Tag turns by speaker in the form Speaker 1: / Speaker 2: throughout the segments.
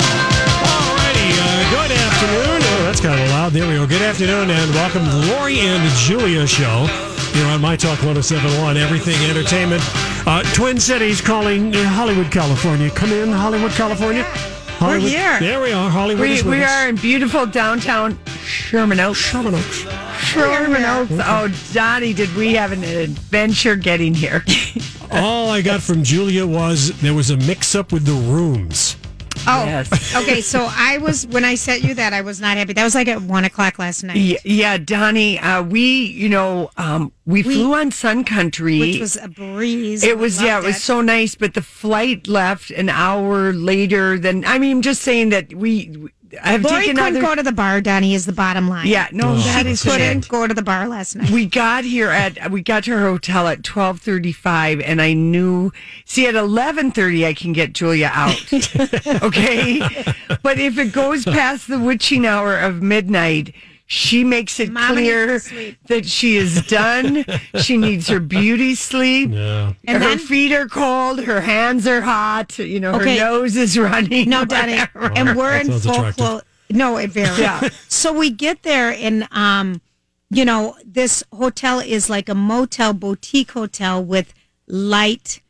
Speaker 1: Alrighty, uh, good afternoon. Oh, that's kind of loud. There we go. Good afternoon, and welcome to the Lori and Julia show here on My Talk 1071, Everything Entertainment. Uh, Twin Cities calling uh, Hollywood, California. Come in, Hollywood, California. Hollywood.
Speaker 2: here.
Speaker 1: There we are. Hollywood
Speaker 2: We,
Speaker 1: is with
Speaker 2: we
Speaker 1: us.
Speaker 2: are in beautiful downtown Sherman Oaks.
Speaker 1: Sherman Oaks.
Speaker 2: Sherman Oaks. Oh, Donnie, did we have an adventure getting here?
Speaker 1: All I got from Julia was there was a mix up with the rooms.
Speaker 3: Oh,
Speaker 2: Yes.
Speaker 3: okay. So I was when I sent you that, I was not happy. That was like at one o'clock last night,
Speaker 2: yeah, yeah, Donnie, uh, we, you know, um, we, flew on Sun Country.
Speaker 3: which was a breeze.
Speaker 2: it was,
Speaker 3: I
Speaker 2: yeah, it
Speaker 3: loved
Speaker 2: was so nice, but the flight left an hour later than, I mean, just saying that we, I've
Speaker 3: Lori
Speaker 2: taken
Speaker 3: couldn't
Speaker 2: other,
Speaker 3: go to the bar. Donnie is the bottom line.
Speaker 2: yeah, no, that
Speaker 3: she
Speaker 2: is that
Speaker 3: couldn't go to the bar last night.
Speaker 2: we got here at we got to her hotel at 12:35 and I knew see at 11:30 I can get Julia out. okay? But if it goes past the witching hour of midnight, she makes it
Speaker 3: Mama needs
Speaker 2: clear
Speaker 3: to sleep.
Speaker 2: that she is done. she needs her beauty sleep.
Speaker 3: And
Speaker 2: her
Speaker 3: then-
Speaker 2: feet are cold, her hands are hot, you know,
Speaker 3: Okay.
Speaker 2: her nose is running.
Speaker 3: No, Donnie, and we're in
Speaker 1: sounds
Speaker 3: full
Speaker 1: attractive.
Speaker 3: flow. No, it very.
Speaker 2: Yeah.
Speaker 3: So we get there, and um, you know, this hotel is like a motel boutique hotel with light.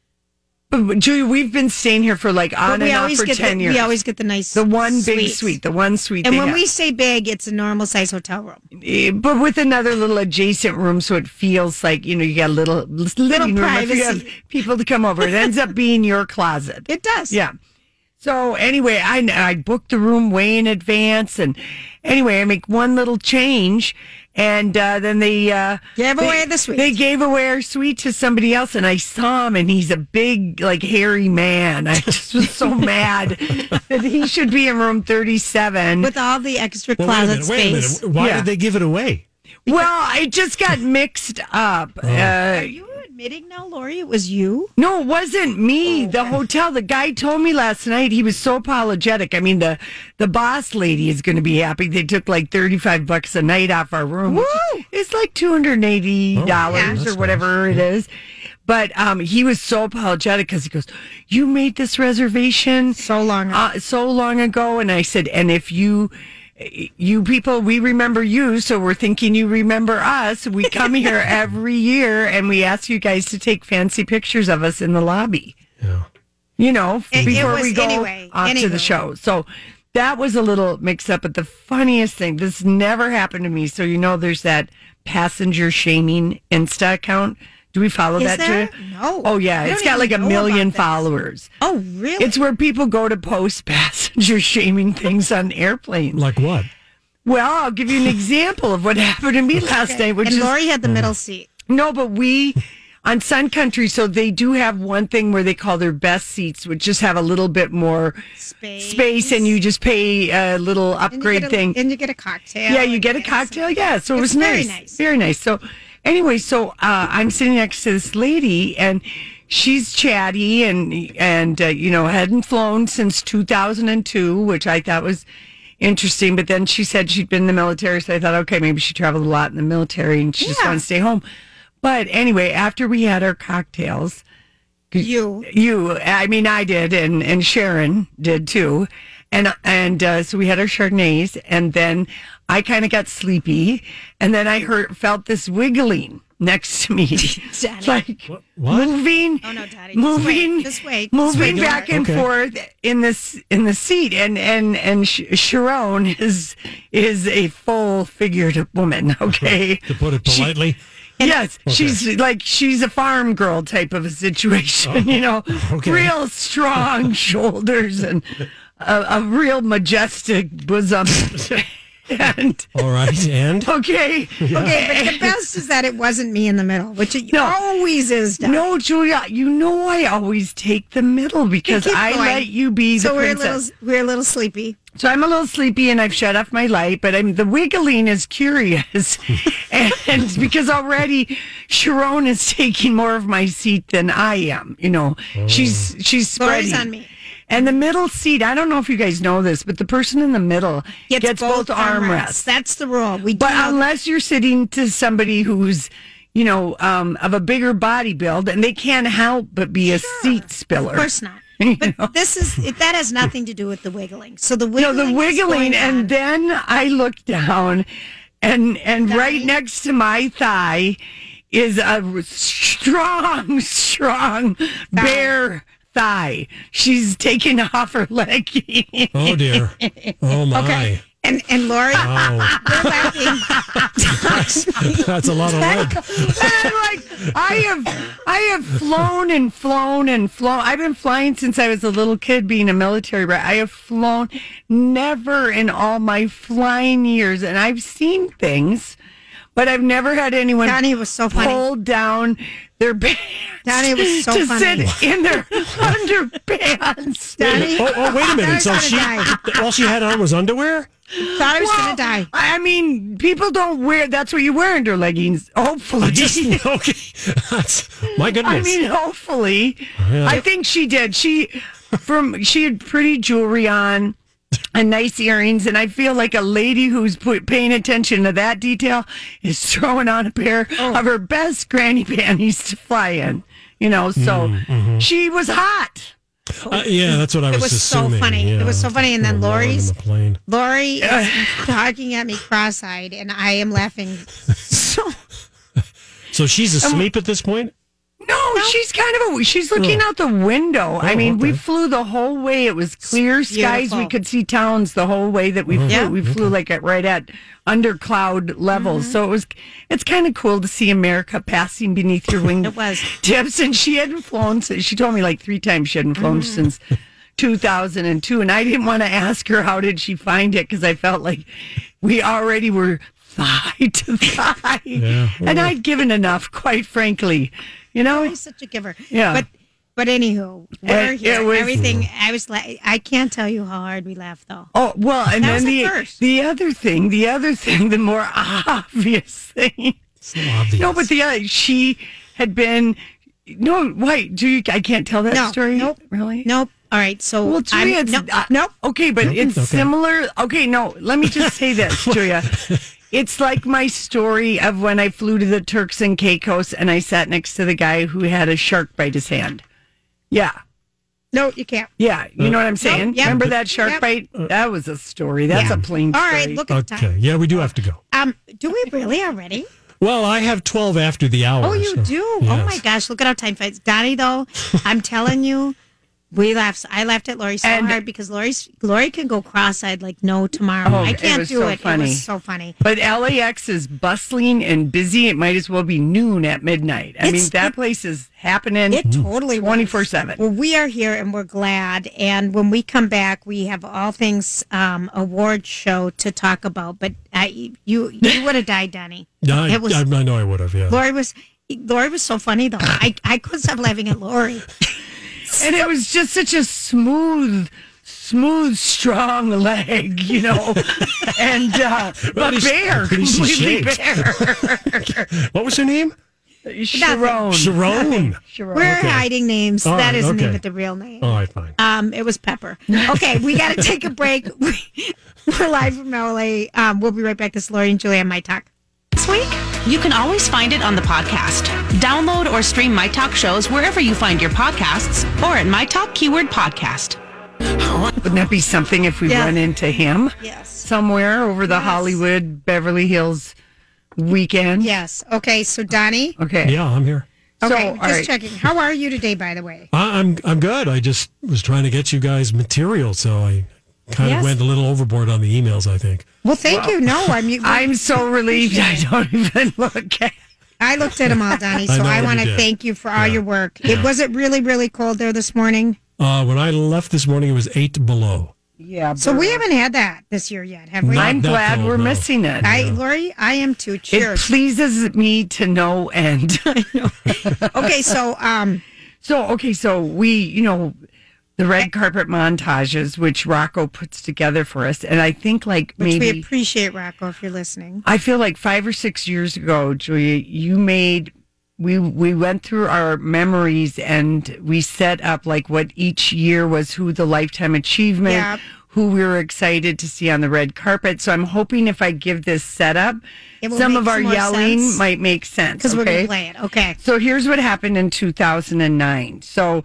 Speaker 2: But, Julia, we've been staying here for like
Speaker 3: but
Speaker 2: on
Speaker 3: we
Speaker 2: and off
Speaker 3: always
Speaker 2: for
Speaker 3: get
Speaker 2: 10
Speaker 3: the,
Speaker 2: years.
Speaker 3: We always get the nice
Speaker 2: the one big
Speaker 3: suites.
Speaker 2: suite, the one suite.
Speaker 3: And
Speaker 2: they
Speaker 3: when
Speaker 2: have.
Speaker 3: we say big, it's a normal size hotel room.
Speaker 2: Eh, but with another little adjacent room, so it feels like you know you got a little living room. If you have
Speaker 3: privacy.
Speaker 2: people to come over, it ends up being your closet.
Speaker 3: It does.
Speaker 2: Yeah. So anyway, I I booked the room way in advance, and anyway, I make one little change, and uh, then they uh,
Speaker 3: Give
Speaker 2: they-
Speaker 3: away the suite.
Speaker 2: They gave away our suite to somebody else, and I saw him, and he's a big like hairy man. I just was so mad that he should be in room thirty seven.
Speaker 3: with all the extra
Speaker 1: Well, wait a minute.
Speaker 3: closet
Speaker 1: Wait a
Speaker 3: space.
Speaker 1: minute. Why
Speaker 2: Yeah.
Speaker 1: did they give it away?
Speaker 2: Well, it just got mixed up.
Speaker 1: Oh.
Speaker 2: Uh,
Speaker 3: Are you admitting now, Lori? It was you.
Speaker 2: No, it wasn't me. the hotel. The guy told me last night. He was so apologetic. I mean, the the boss lady is going to be happy. They took like thirty five bucks a night off our room. which
Speaker 3: Woo!
Speaker 2: It's like two hundred eighty
Speaker 1: Oh, yeah.
Speaker 2: dollars
Speaker 1: That's
Speaker 2: or whatever it is. But um, he was so apologetic because he goes, "You made this reservation
Speaker 3: So long.
Speaker 2: uh, so long ago," and I said, "And if you." You people, we remember you, so we're thinking you remember us. We come here every year and we ask you guys to take fancy pictures of us in the lobby
Speaker 1: Yeah.
Speaker 2: you know,
Speaker 3: It- it
Speaker 2: before
Speaker 3: was-
Speaker 2: we go
Speaker 3: anyway,
Speaker 2: off to the
Speaker 3: anywho.
Speaker 2: show. So that was a little mix up, but the funniest thing, this never happened to me. So you know, there's that passenger shaming Insta account. Do we follow
Speaker 3: Is
Speaker 2: that?
Speaker 3: there?
Speaker 2: Too?
Speaker 3: No.
Speaker 2: Oh yeah,
Speaker 3: I
Speaker 2: it's
Speaker 3: don't
Speaker 2: got
Speaker 3: even
Speaker 2: like a
Speaker 3: know
Speaker 2: million
Speaker 3: about this.
Speaker 2: followers.
Speaker 3: oh, really?
Speaker 2: It's where people go to post passenger shaming things on airplanes.
Speaker 1: Like what?
Speaker 2: Well, I'll give you an example of what happened to me last night, which
Speaker 3: and
Speaker 2: is
Speaker 3: Lori had the middle seat.
Speaker 2: no, but we on Sun Country, so they do have one thing where they call their best seats, which just have a little bit more
Speaker 3: Space.
Speaker 2: space, and you just pay a little
Speaker 3: And you
Speaker 2: upgrade
Speaker 3: get a-
Speaker 2: thing.
Speaker 3: And you get a cocktail.
Speaker 2: yeah, you
Speaker 3: and
Speaker 2: get a
Speaker 3: it's-
Speaker 2: cocktail. Yeah, so it
Speaker 3: It's
Speaker 2: was
Speaker 3: very
Speaker 2: nice,
Speaker 3: nice.
Speaker 2: very nice. So anyway, so uh, I'm sitting next to this lady, and she's chatty, and and uh, you know hadn't flown since 2002, which I thought was interesting. But then she said she'd been in the military, so I thought, okay, maybe she traveled a lot in the military, and she just
Speaker 3: Yeah.
Speaker 2: wanted to stay home. But anyway, after we had our cocktails,
Speaker 3: You.
Speaker 2: you i mean i did and and sharon did too and and uh, so we had our chardonnays and then I kind of got sleepy, and then I heard felt this wiggling next to me, It's like
Speaker 1: what?
Speaker 2: moving,
Speaker 3: Oh, no, Daddy, this way,
Speaker 2: moving,
Speaker 3: this way, this
Speaker 2: moving
Speaker 3: way,
Speaker 2: back
Speaker 3: Dora.
Speaker 2: and
Speaker 1: Okay.
Speaker 2: forth in this in the seat, and and and Sh- Sharon is is a full figured woman. Okay,
Speaker 1: To put it
Speaker 2: She-
Speaker 1: politely.
Speaker 2: Yes, she's like she's a farm girl type of a situation, you know,
Speaker 1: okay.
Speaker 2: real strong shoulders and a, a real majestic bosom. and
Speaker 1: All right. And
Speaker 2: okay,
Speaker 3: Okay, but the
Speaker 2: okay.
Speaker 3: best is that it wasn't me in the middle, which it
Speaker 2: No.
Speaker 3: always is. Dad.
Speaker 2: No, Julia, you know I always take the middle because
Speaker 3: keep
Speaker 2: I
Speaker 3: going.
Speaker 2: let you be the
Speaker 3: so we're a
Speaker 2: princess.
Speaker 3: little we're a little sleepy.
Speaker 2: So I'm a little sleepy and I've shut off my light, but I'm the wiggling is curious. and because already Sharon is taking more of my seat than I am, you know. She's she's
Speaker 3: Lori's
Speaker 2: spreading.
Speaker 3: on me.
Speaker 2: And the middle seat, I don't know if you guys know this, but the person in the middle gets, both, armrests.
Speaker 3: That's the rule. We
Speaker 2: But
Speaker 3: do know
Speaker 2: unless you're sitting to somebody who's, you know, um, of a bigger body build and they can't help but be a seat spiller.
Speaker 3: Of course not.
Speaker 2: You
Speaker 3: But
Speaker 2: know?
Speaker 3: this is it, that has nothing to do with the wiggling. So the
Speaker 2: No,
Speaker 3: wiggling.
Speaker 2: the
Speaker 3: is
Speaker 2: wiggling,
Speaker 3: going on.
Speaker 2: and then I look down, and and right next to my thigh is a r- strong, strong bare thigh. She's taking off her legging.
Speaker 1: oh dear. Oh my.
Speaker 3: okay, and and Lori,
Speaker 1: Wow.
Speaker 3: we're laughing.
Speaker 1: Oh, That's a lot of lead.
Speaker 2: And I'm like, I have, I have flown and flown and flown. I've been flying since I was a little kid, being a military brat. I have flown never in all my flying years, and I've seen things, but I've never had anyone
Speaker 3: Donnie was so funny.
Speaker 2: pull down their pants.
Speaker 3: Donnie was so
Speaker 2: to
Speaker 3: funny.
Speaker 2: sit in their underpants.
Speaker 3: Donnie
Speaker 1: Oh, oh, wait a minute. So
Speaker 3: Thought I was
Speaker 1: she,
Speaker 3: gonna
Speaker 1: all she had on was underwear.
Speaker 3: thought I was gonna
Speaker 2: Well,
Speaker 3: die.
Speaker 2: I mean, people don't wear. That's what you wear under leggings. Hopefully,
Speaker 1: I just okay. That's my goodness.
Speaker 2: I mean, hopefully. I think she did. She from she had pretty jewelry on and nice earrings, and I feel like a lady who's put, paying attention to that detail is throwing on a pair of her best granny panties to fly in. You know, so she was hot.
Speaker 1: Uh, yeah, that's what I
Speaker 3: It
Speaker 1: was,
Speaker 3: was so
Speaker 1: assuming.
Speaker 3: funny.
Speaker 1: yeah.
Speaker 3: It was so funny. And then
Speaker 1: Rolling on
Speaker 3: Lori's
Speaker 1: the plane.
Speaker 3: Lori is talking at me cross-eyed, and I am laughing. So
Speaker 1: So she's asleep at this point.
Speaker 2: No, she's kind of a.
Speaker 3: Hmm.
Speaker 2: She's looking out the window.
Speaker 3: Oh,
Speaker 2: I mean, we flew the whole way. It was clear skies. We
Speaker 3: beautiful. Mm-hmm.
Speaker 2: could see towns the whole way that we flew.
Speaker 3: Yeah. Mm-hmm.
Speaker 2: We flew like at right at under cloud level. So it was. It's kind of cool to see America passing beneath your wing.
Speaker 3: It was.
Speaker 2: tips, and she hadn't flown. Since, she told me like three times she hadn't flown
Speaker 3: Mm-hmm.
Speaker 2: since. 2002 and I didn't want to ask her how did she find it because I felt like we already were thigh to thigh and I'd given enough quite frankly you know
Speaker 3: She's such a giver.
Speaker 2: Yeah.
Speaker 3: But but anywho, we're
Speaker 2: It-
Speaker 3: here.
Speaker 2: it was-
Speaker 3: Everything. I was. La- I can't tell you how hard we laughed though.
Speaker 2: Oh well, and
Speaker 3: That was
Speaker 2: then
Speaker 3: the
Speaker 2: the
Speaker 3: first.
Speaker 2: the other thing, the other thing, the more obvious thing.
Speaker 1: So obvious.
Speaker 2: No, but the other, she had been. No, wait, do you? I can't tell that
Speaker 3: No,
Speaker 2: story.
Speaker 3: nope.
Speaker 2: really.
Speaker 3: Nope. All right. So
Speaker 2: Well,
Speaker 3: I'm-
Speaker 2: Julia, it's,
Speaker 3: no,
Speaker 2: uh,
Speaker 3: nope.
Speaker 2: Okay, but it's
Speaker 1: Okay.
Speaker 2: similar. Okay, no, let me just say this, Julia. It's like my story of when I flew to the Turks and Caicos and I sat next to the guy who had a shark bite his hand. Yeah.
Speaker 3: No, you can't.
Speaker 2: Yeah, you know what I'm saying?
Speaker 3: Uh, yep.
Speaker 2: Remember that shark
Speaker 3: Yep. Uh,
Speaker 2: bite? That was a story. That's a plain
Speaker 3: All
Speaker 2: story.
Speaker 3: right. Look at the time.
Speaker 1: okay. Yeah, we do have to go.
Speaker 3: Um, do we really already?
Speaker 1: Well, I have twelve after the hour.
Speaker 3: Oh, you
Speaker 1: so-
Speaker 3: do. Oh
Speaker 1: Yes.
Speaker 3: my gosh, look at how time flies. Donnie, though, I'm telling you, we laughed. I laughed at Lori so
Speaker 2: And-
Speaker 3: hard because Lori's Lori can go cross-eyed like no tomorrow.
Speaker 2: Oh,
Speaker 3: I
Speaker 2: it
Speaker 3: can't
Speaker 2: was
Speaker 3: do
Speaker 2: so
Speaker 3: it. It
Speaker 2: funny.
Speaker 3: was so funny.
Speaker 2: But LAX is bustling and busy. It might as well be noon at midnight. I mean,
Speaker 3: It's-
Speaker 2: that place is happening.
Speaker 3: It totally was.
Speaker 2: 24/7.
Speaker 3: Well, we are here and we're glad. And when we come back, we have all things um, award show to talk about. But I, you you would have died, Donnie.
Speaker 1: Yeah, I,
Speaker 3: it was
Speaker 1: I, I know I would have. Yeah.
Speaker 3: Lori was Lori was so funny though. I I couldn't stop laughing at Lori.
Speaker 2: and it was just such a smooth, smooth, strong leg, you know, and uh,
Speaker 1: What
Speaker 2: but
Speaker 1: is-
Speaker 2: bare,
Speaker 1: what is she
Speaker 2: completely
Speaker 1: shaped?
Speaker 2: bare.
Speaker 1: what was her name?
Speaker 2: Sharon.
Speaker 1: Sharon.
Speaker 2: Sharon.
Speaker 3: We're hiding names.
Speaker 1: All
Speaker 3: that
Speaker 1: right,
Speaker 3: isn't
Speaker 1: okay.
Speaker 3: even the real name.
Speaker 1: All right, fine.
Speaker 3: Um, it was Pepper. Okay, we got to take a break. We, we're live from LA. Um, we'll be right back. This is Lori and Julie on My Talk.
Speaker 4: This week, you can always find it on the podcast. Download or stream My Talk shows wherever you find your podcasts or at My Talk Keyword Podcast.
Speaker 2: Wouldn't that be something if we
Speaker 4: Yeah.
Speaker 2: run into him
Speaker 4: Yes.
Speaker 2: somewhere over the
Speaker 4: Yes.
Speaker 2: Hollywood Beverly Hills weekend?
Speaker 4: Yes. Okay. So Donnie.
Speaker 2: Okay.
Speaker 1: Yeah, I'm here.
Speaker 2: So,
Speaker 4: Okay.
Speaker 2: all
Speaker 4: just
Speaker 2: right.
Speaker 4: checking. How are you today? By the way.
Speaker 1: I, I'm I'm good. I just was trying to get you guys material, so I kind of
Speaker 4: Yes.
Speaker 1: went a little overboard on the emails. I think.
Speaker 4: Well, thank you. No, I'm.
Speaker 2: I'm so relieved I don't even look at
Speaker 4: I looked at them all, Donnie. So
Speaker 1: know
Speaker 4: I,
Speaker 1: you
Speaker 4: want to
Speaker 1: did.
Speaker 4: thank you for all
Speaker 1: Yeah.
Speaker 4: your work. It was it really really cold there this morning.
Speaker 1: Uh, when I left this morning, it was eight below.
Speaker 2: Yeah.
Speaker 4: So we haven't had that this year yet, have we?
Speaker 1: No.
Speaker 2: I'm
Speaker 1: Not that
Speaker 2: glad
Speaker 1: cold,
Speaker 2: we're
Speaker 1: no.
Speaker 2: missing it.
Speaker 4: I, Lori, I am too.
Speaker 2: it
Speaker 4: Cheers.
Speaker 2: pleases me to no end.
Speaker 4: okay, so um,
Speaker 2: So okay, so we, you know, the red carpet montages which Rocco puts together for us, and I think like
Speaker 4: which
Speaker 2: maybe
Speaker 4: we appreciate, Rocco, if you're listening.
Speaker 2: I feel like five or six years ago, Julia, you made we we went through our memories and we set up like what each year was, who the lifetime achievement,
Speaker 4: Yep.
Speaker 2: who we were excited to see on the red carpet. So I'm hoping if I give this setup,
Speaker 4: It will
Speaker 2: some
Speaker 4: make
Speaker 2: of our
Speaker 4: some more
Speaker 2: yelling
Speaker 4: sense.
Speaker 2: might make sense
Speaker 4: Because we're going
Speaker 2: okay?
Speaker 4: to play it. Okay.
Speaker 2: So here's what happened in 2009. So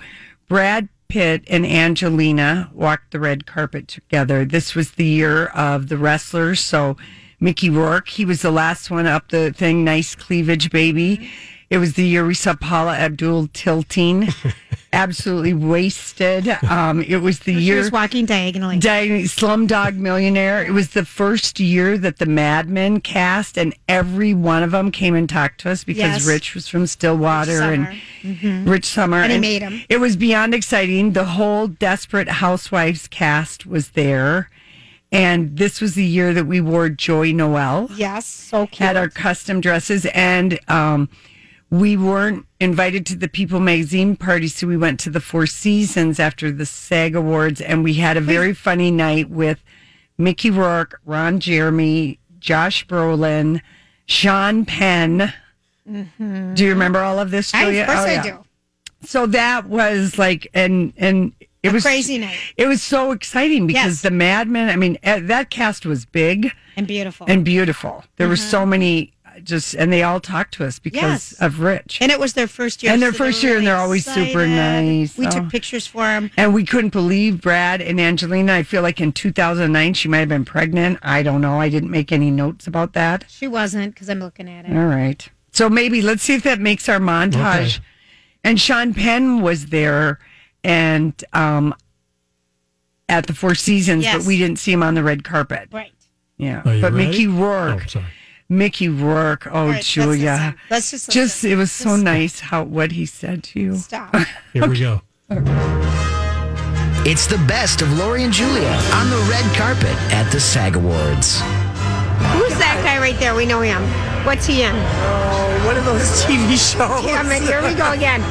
Speaker 2: Brad Pitt and Angelina walked the red carpet together. This was the year of the wrestlers. So Mickey Rourke, he was the last one up the thing. Nice cleavage, baby. It was the year we saw Paula Abdul tilting, absolutely wasted. Um, it was the
Speaker 4: She
Speaker 2: year
Speaker 4: was walking diagonally.
Speaker 2: Dang, Slumdog Millionaire. It was the first year that the Mad Men cast, and every one of them came and talked to us because
Speaker 4: Yes.
Speaker 2: Rich was from Stillwater
Speaker 4: Summer. Mm-hmm.
Speaker 2: and Rich Summer,
Speaker 4: And he made 'em.
Speaker 2: It was beyond exciting. The whole Desperate Housewives cast was there, and this was the year that we wore Joy Noel
Speaker 4: yes. So cute.
Speaker 2: had our custom dresses and um, we weren't invited to the People Magazine party, so we went to the Four Seasons after the SAG Awards, and we had a very funny night with Mickey Rourke, Ron Jeremy, Josh Brolin, Sean Penn. Do you remember all of this,
Speaker 4: I,
Speaker 2: Julia?
Speaker 4: Mm-hmm. of course
Speaker 2: Oh,
Speaker 4: I
Speaker 2: yeah.
Speaker 4: do.
Speaker 2: So that was like, and and it was
Speaker 4: crazy night.
Speaker 2: It was so exciting because
Speaker 4: Yes.
Speaker 2: the Mad Men. I mean, eh, that cast was big
Speaker 4: And beautiful. And,
Speaker 2: and beautiful. There were so many uh, just, and they all talked to us because
Speaker 4: Mm-hmm. Yes.
Speaker 2: of Rich. And,
Speaker 4: it was their first year.
Speaker 2: And their
Speaker 4: so they
Speaker 2: first
Speaker 4: were
Speaker 2: year, and they're always super nice.
Speaker 4: We
Speaker 2: Oh.
Speaker 4: took pictures for them.
Speaker 2: we couldn't believe Brad and Angelina. I feel like in 2009, she might have been pregnant. I don't know. I didn't make any notes about that.
Speaker 4: She wasn't because I'm looking at it.
Speaker 2: All right. So maybe let's see if that makes our montage. And Sean Penn was there and um, at the Four Seasons, but
Speaker 4: Yes.
Speaker 2: we didn't see him on the red carpet.
Speaker 4: Right.
Speaker 2: Yeah.
Speaker 1: Are you
Speaker 2: But
Speaker 1: ready?
Speaker 2: Mickey Rourke.
Speaker 1: Oh, sorry.
Speaker 2: Mickey Rourke. Oh,
Speaker 4: All right, let's
Speaker 2: Julia.
Speaker 4: listen. Let's just listen.
Speaker 2: just it was so nice how what he said to you.
Speaker 4: Stop.
Speaker 1: Here we go.
Speaker 5: It's the best of Lori and Julia on the red carpet at the SAG Awards.
Speaker 3: Who's that guy right there? We know him. What's he in?
Speaker 6: One of those TV shows.
Speaker 3: I mean, here we go again.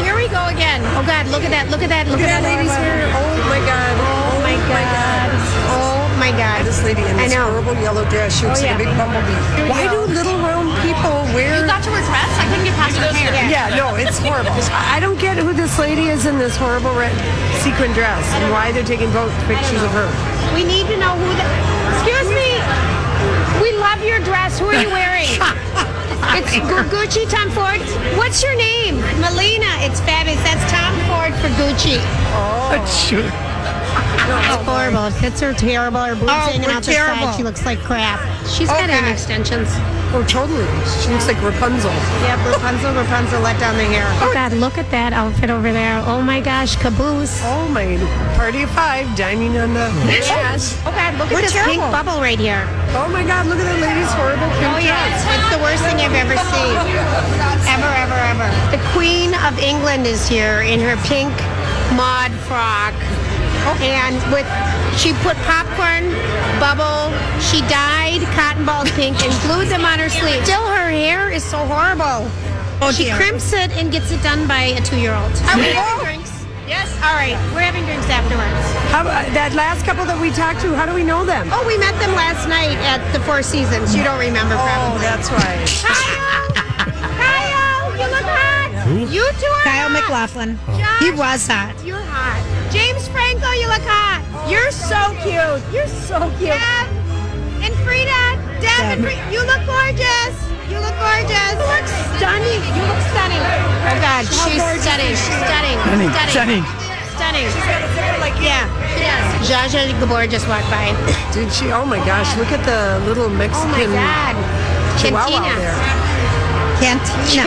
Speaker 3: Here we go again. Oh God, look at that! Look at that! Look, at that lady's hair.
Speaker 6: Oh my god.
Speaker 3: Oh my God! Oh my God!
Speaker 6: This lady in
Speaker 3: I
Speaker 6: this
Speaker 3: know.
Speaker 6: horrible yellow dress. She looks
Speaker 3: Oh, yeah.
Speaker 6: like a big
Speaker 3: Here
Speaker 6: bumblebee.
Speaker 3: we
Speaker 6: Why
Speaker 3: go.
Speaker 6: do little round people wear?
Speaker 7: Got to her dress? I couldn't get past her hair.
Speaker 6: Yeah, no, it's horrible. I I don't get who this lady is in this horrible red sequin dress and why they're taking both pictures of her.
Speaker 3: We need to know who. The, excuse me. We love your dress. Who are you wearing? It's Gu- Gucci Tom Ford. What's your name? Melina. It's fabulous. That's Tom Ford for Gucci.
Speaker 2: Shoot.
Speaker 3: It's horrible. It fits her terrible. Her boobs
Speaker 4: Oh,
Speaker 3: hanging
Speaker 4: we're
Speaker 3: out the side.
Speaker 4: terrible.
Speaker 3: She looks like crap. She's
Speaker 4: Oh,
Speaker 3: got any
Speaker 4: God.
Speaker 3: extensions.
Speaker 6: Oh, totally. She looks like Rapunzel.
Speaker 3: Yeah, Rapunzel, Rapunzel, let down the hair. Oh, God, look at that outfit over there. Oh, my gosh, caboose.
Speaker 6: Oh my party of five dining on the dress.
Speaker 3: Oh, God, look at
Speaker 4: We're
Speaker 3: this
Speaker 4: terrible.
Speaker 3: pink bubble right here.
Speaker 6: Oh my god, look at that lady's horrible pink
Speaker 3: Oh, yeah,
Speaker 6: dress.
Speaker 3: it's the worst thing I've ever seen. Ever, ever, ever. The Queen of England is here in her pink mod frock. And with, she put popcorn, bubble, she dyed cotton balls pink and glued them on her sleeve. Still, her hair is so horrible.
Speaker 4: Oh,
Speaker 3: she
Speaker 4: dear.
Speaker 3: crimps it and gets it done by a two-year-old. Are we having drinks? Yes. All right, we're having drinks afterwards.
Speaker 6: How, that last couple that we talked to, how do we know them?
Speaker 3: Oh, we met them last night at the Four Seasons. You don't remember
Speaker 6: Oh,
Speaker 3: probably.
Speaker 6: that's why.
Speaker 3: Kyle! Kyle! You look hot!
Speaker 1: Who?
Speaker 3: You two are
Speaker 4: Kyle
Speaker 3: hot.
Speaker 4: McLaughlin.
Speaker 3: Josh,
Speaker 4: He was hot.
Speaker 3: You're hot. James Franco, you look hot. You're so cute. You're so cute. Deb and Frida. Deb and Frida. You look gorgeous. You look gorgeous. You look stunning. You look stunning. Oh, God. She's stunning. Stunning. Stunning.
Speaker 2: Stunning.
Speaker 3: stunning.
Speaker 6: got a zipper like you.
Speaker 3: Yeah, she does. Zsa Zsa Gabor just walked by.
Speaker 6: Did she? Oh my gosh! Look at the
Speaker 3: Oh
Speaker 6: little
Speaker 3: my
Speaker 6: Mexican
Speaker 3: God.
Speaker 6: chihuahua
Speaker 3: Cantina.
Speaker 6: there.
Speaker 8: Cantina.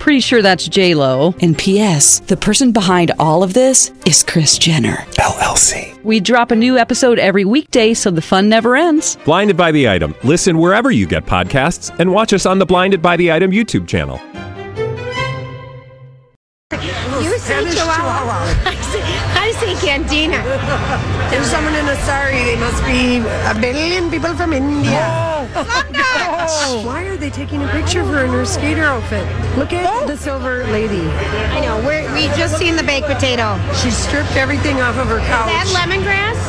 Speaker 4: Pretty sure that's J Lo. And P.S. The person behind all of this is Chris Jenner
Speaker 5: LLC.
Speaker 4: We drop a new episode every weekday, so the fun never ends.
Speaker 5: Blinded by the Item. Listen wherever you get podcasts and watch us on the Blinded by the Item YouTube channel.
Speaker 3: You say
Speaker 6: Spanish
Speaker 3: chihuahua.
Speaker 6: chihuahua.
Speaker 3: I say- I say cantina.
Speaker 6: There's someone in Asari. They must be a billion people from India. Why are they taking a picture of her in her skater outfit? Look at the silver lady.
Speaker 3: I know. We're, we just seen the baked potato.
Speaker 6: She stripped everything off of her couch.
Speaker 3: That lemongrass?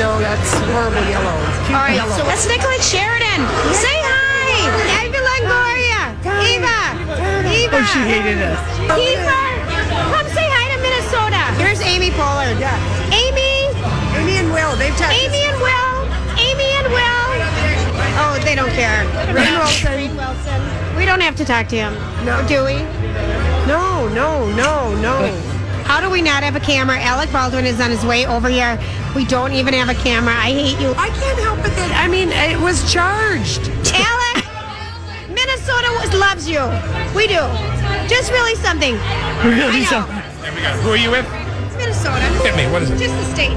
Speaker 6: no, that's horrible yellow. Cute
Speaker 3: All right,
Speaker 6: yellow.
Speaker 3: so let's Nicolette Sheridan. Say hi. Eva Longoria. Eva. Eva.
Speaker 2: Oh, she hated us.
Speaker 3: Eva. Come say hi to Minnesota. Here's Amy Pollard.
Speaker 6: Yeah.
Speaker 3: Amy.
Speaker 6: Amy and Will, they've touched
Speaker 3: Amy and Will. Amy and Will. Oh, they don't care. Rain Wilson. We don't have to talk to him.
Speaker 6: No.
Speaker 3: Do we?
Speaker 6: No, no, no, no.
Speaker 3: How do we not have a camera? Alec Baldwin is on his way over here. We don't even have a camera. I hate you.
Speaker 6: I can't help but that. I mean, it was charged.
Speaker 3: Alec, Minnesota was- loves you. We do. Just really something. I
Speaker 2: Really
Speaker 3: know.
Speaker 2: something.
Speaker 9: There we go. Who are you with?
Speaker 3: It's Minnesota.
Speaker 9: Hit me. What is it?
Speaker 3: Just the state.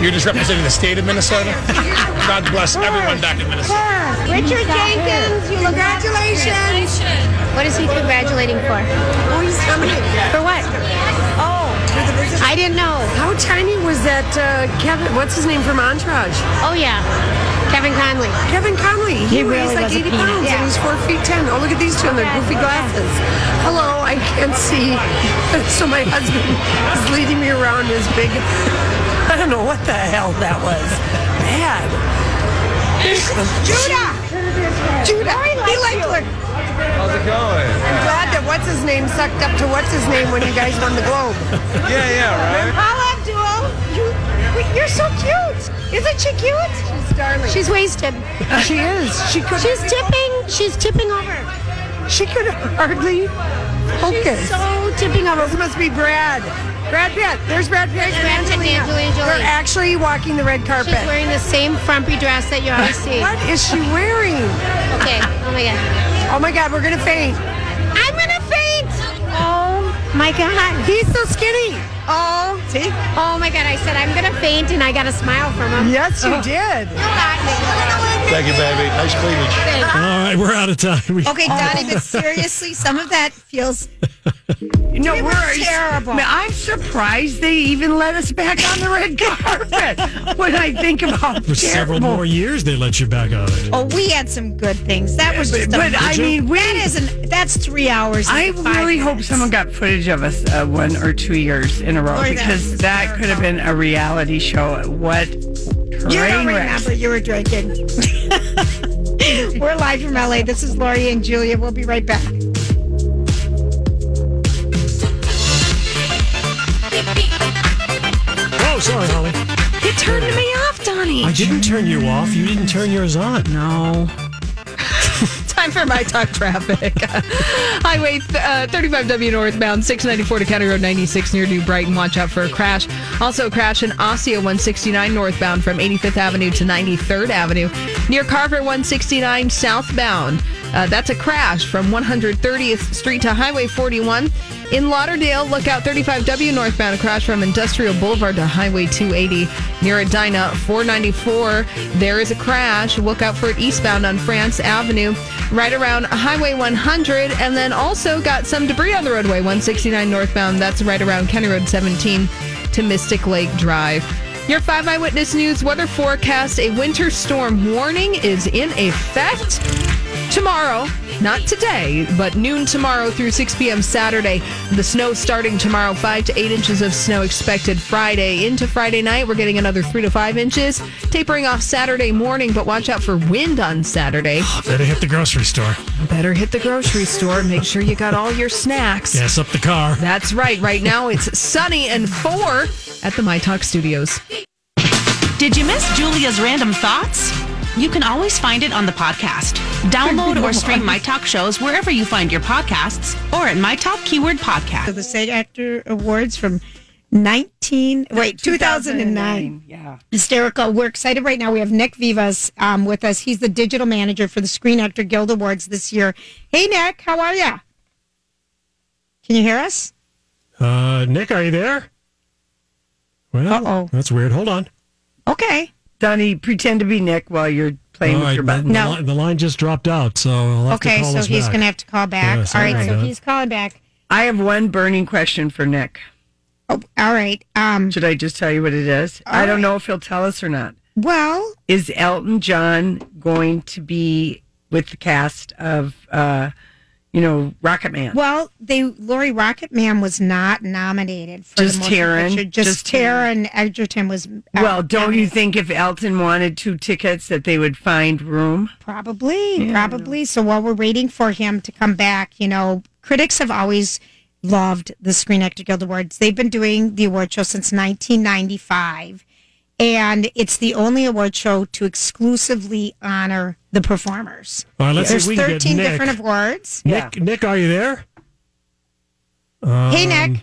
Speaker 9: You're just representing the state of Minnesota. God bless everyone back in Minnesota.
Speaker 3: Richard Jenkins, you look
Speaker 6: Congratulations.
Speaker 3: What is he congratulating for?
Speaker 6: Oh, he's coming.
Speaker 3: For what?
Speaker 6: Oh, for the visit.
Speaker 3: I didn't know.
Speaker 6: How tiny was that uh, Kevin? What's his name from Entourage?
Speaker 3: Oh yeah, Kevin Conley.
Speaker 6: Kevin Conley.
Speaker 3: He
Speaker 6: He, weighs
Speaker 3: really
Speaker 6: like
Speaker 3: was a
Speaker 6: 80
Speaker 3: peanut.
Speaker 6: pounds
Speaker 3: Yeah.
Speaker 6: and he's 4 feet 10. Oh, look at these two in their goofy glasses. Hello, I can't see. So my husband is leading me around his big, I don't know what the hell that was. Bad. Judah! Judah! he liked her.
Speaker 9: How's it going?
Speaker 6: I'm glad that what's his name sucked up to what's his name when you guys won the Globe.
Speaker 9: Yeah, yeah, right.
Speaker 3: Paula Abdul, you, wait, you're so cute. Isn't she cute? She's darling. She's wasted.
Speaker 6: She is. She could.
Speaker 3: She's tipping. She's tipping over.
Speaker 6: She could hardly focus.
Speaker 3: She's so tipping over.
Speaker 6: This must be Brad. Brad Pitt. There's Brad Pitt.
Speaker 3: There's Brad Pitt and Angelina Jolie.
Speaker 6: They're actually walking the red carpet.
Speaker 3: She's wearing the same frumpy dress that you always see.
Speaker 6: what is she wearing?
Speaker 3: Okay. Oh my god.
Speaker 6: Oh my God, we're gonna faint.
Speaker 3: I'm gonna faint. Oh my god.
Speaker 6: He's so skinny.
Speaker 3: Oh.
Speaker 6: See?
Speaker 3: Oh my god. I said I'm gonna faint, and I got a smile from him.
Speaker 6: Yes,
Speaker 8: Oh.
Speaker 6: you did.
Speaker 3: You got me.
Speaker 9: Thank you, baby. Nice cleavage.
Speaker 1: All right, we're out of time. We-
Speaker 8: Okay, Donnie, but seriously, some of that feels
Speaker 2: No, we're
Speaker 8: terrible.
Speaker 2: I'm surprised they even let us back on the red carpet. when I think about
Speaker 1: for several
Speaker 2: terrible-
Speaker 1: more years, they let you back on it.
Speaker 8: Oh, we had some good things. That was just. a-
Speaker 2: but I mean, we-
Speaker 8: that isn't. That's three hours. and
Speaker 2: I
Speaker 8: five
Speaker 2: really hope
Speaker 8: minutes.
Speaker 2: someone got footage of us uh, one or two years in a row
Speaker 8: Lord, that
Speaker 2: because
Speaker 8: was
Speaker 2: that could have been a reality show. What
Speaker 8: You
Speaker 2: train
Speaker 8: don't
Speaker 2: wreck?
Speaker 8: remember you were drinking. We're live from LA. This is Lori and Julia. We'll be right back.
Speaker 1: Oh, sorry, Holly.
Speaker 10: You turned me off, Donnie.
Speaker 1: I didn't turn you off. You didn't turn yours on.
Speaker 10: No.
Speaker 4: Time for my talk traffic. Highway uh, 35W northbound, 694 to County Road 96 near New Brighton. Watch out for a crash. Also, a crash in Osseo 169 northbound from 85th Avenue to 93rd Avenue near Carver 169 southbound. Uh, that's a crash from 130th Street to Highway 41. In Lauderdale, look out 35W northbound, a crash from Industrial Boulevard to Highway 280 near Edina 494. There is a crash. Look out for it eastbound on France Avenue, right around Highway 100. And then also got some debris on the roadway 169 northbound. That's right around County Road 17 to Mystic Lake Drive. Your 5 Eyewitness News weather forecast a winter storm warning is in effect.
Speaker 11: tomorrow, not today, but noon tomorrow through 6 p.m. Saturday. The snow starting tomorrow, 5 to 8 inches of snow expected Friday. Into Friday night, we're getting another 3 to 5 inches, tapering off Saturday morning, but watch out for wind on Saturday.
Speaker 1: Better hit the grocery store.
Speaker 11: Better hit the grocery store. Make sure you got all your snacks.
Speaker 1: Gas up the car.
Speaker 11: That's right. Right now, it's sunny and 4 at the My Talk Studios.
Speaker 4: Did you miss Julia's random thoughts? You can always find it on the podcast. Download or stream My Talk shows wherever you find your podcasts or at My Talk Keyword Podcast.
Speaker 3: So the SAG Actor Awards from 19, wait, 2009.
Speaker 2: Yeah.
Speaker 3: Hysterical. We're excited right now. We have Nick Vivas um, with us. He's the digital manager for the Screen Actor Guild Awards this year. Hey, Nick, how are you? Can you hear us?
Speaker 1: Uh, Nick, are you there? Well, that's weird. Hold on.
Speaker 3: Okay.
Speaker 2: Donnie, pretend to be Nick while you're playing
Speaker 6: Oh,
Speaker 1: All
Speaker 2: with
Speaker 1: right,
Speaker 2: your
Speaker 1: the-
Speaker 2: button.
Speaker 1: The, li- the line just dropped out, so I'll have to
Speaker 3: Okay,
Speaker 1: call
Speaker 3: so
Speaker 1: us
Speaker 3: he's
Speaker 1: back.
Speaker 3: going to have to call back.
Speaker 1: Yes,
Speaker 3: All right,
Speaker 1: alright,
Speaker 3: so
Speaker 1: Don.
Speaker 3: he's calling back.
Speaker 2: I have one burning question for Nick.
Speaker 3: Oh, all right. Um,
Speaker 2: Should I just tell you what it is? I don't know if he'll tell us or not.
Speaker 3: Well,
Speaker 2: Is Elton John going to be with the cast of, uh, you know, Rocket Man?
Speaker 3: Well, they Lori Rocketman was not nominated for
Speaker 2: Just
Speaker 3: the motion
Speaker 2: Taryn?
Speaker 3: picture. Just,
Speaker 2: Just
Speaker 3: Taryn Egerton was. uh,
Speaker 2: well, don't you think if Elton wanted two tickets that they would find room?
Speaker 3: Probably, probably. So while we're waiting for him to come back, you know, critics have always loved the Screen Actor Guild Awards. They've been doing the award show since 1995, and it's the only award show to exclusively honor the performers.
Speaker 1: All right, let's see if
Speaker 3: There's
Speaker 1: we can get
Speaker 3: 13
Speaker 1: Nick.
Speaker 3: different awards.
Speaker 1: Nick, Nick, are you there?
Speaker 3: Hey,
Speaker 1: Um,
Speaker 3: Nick.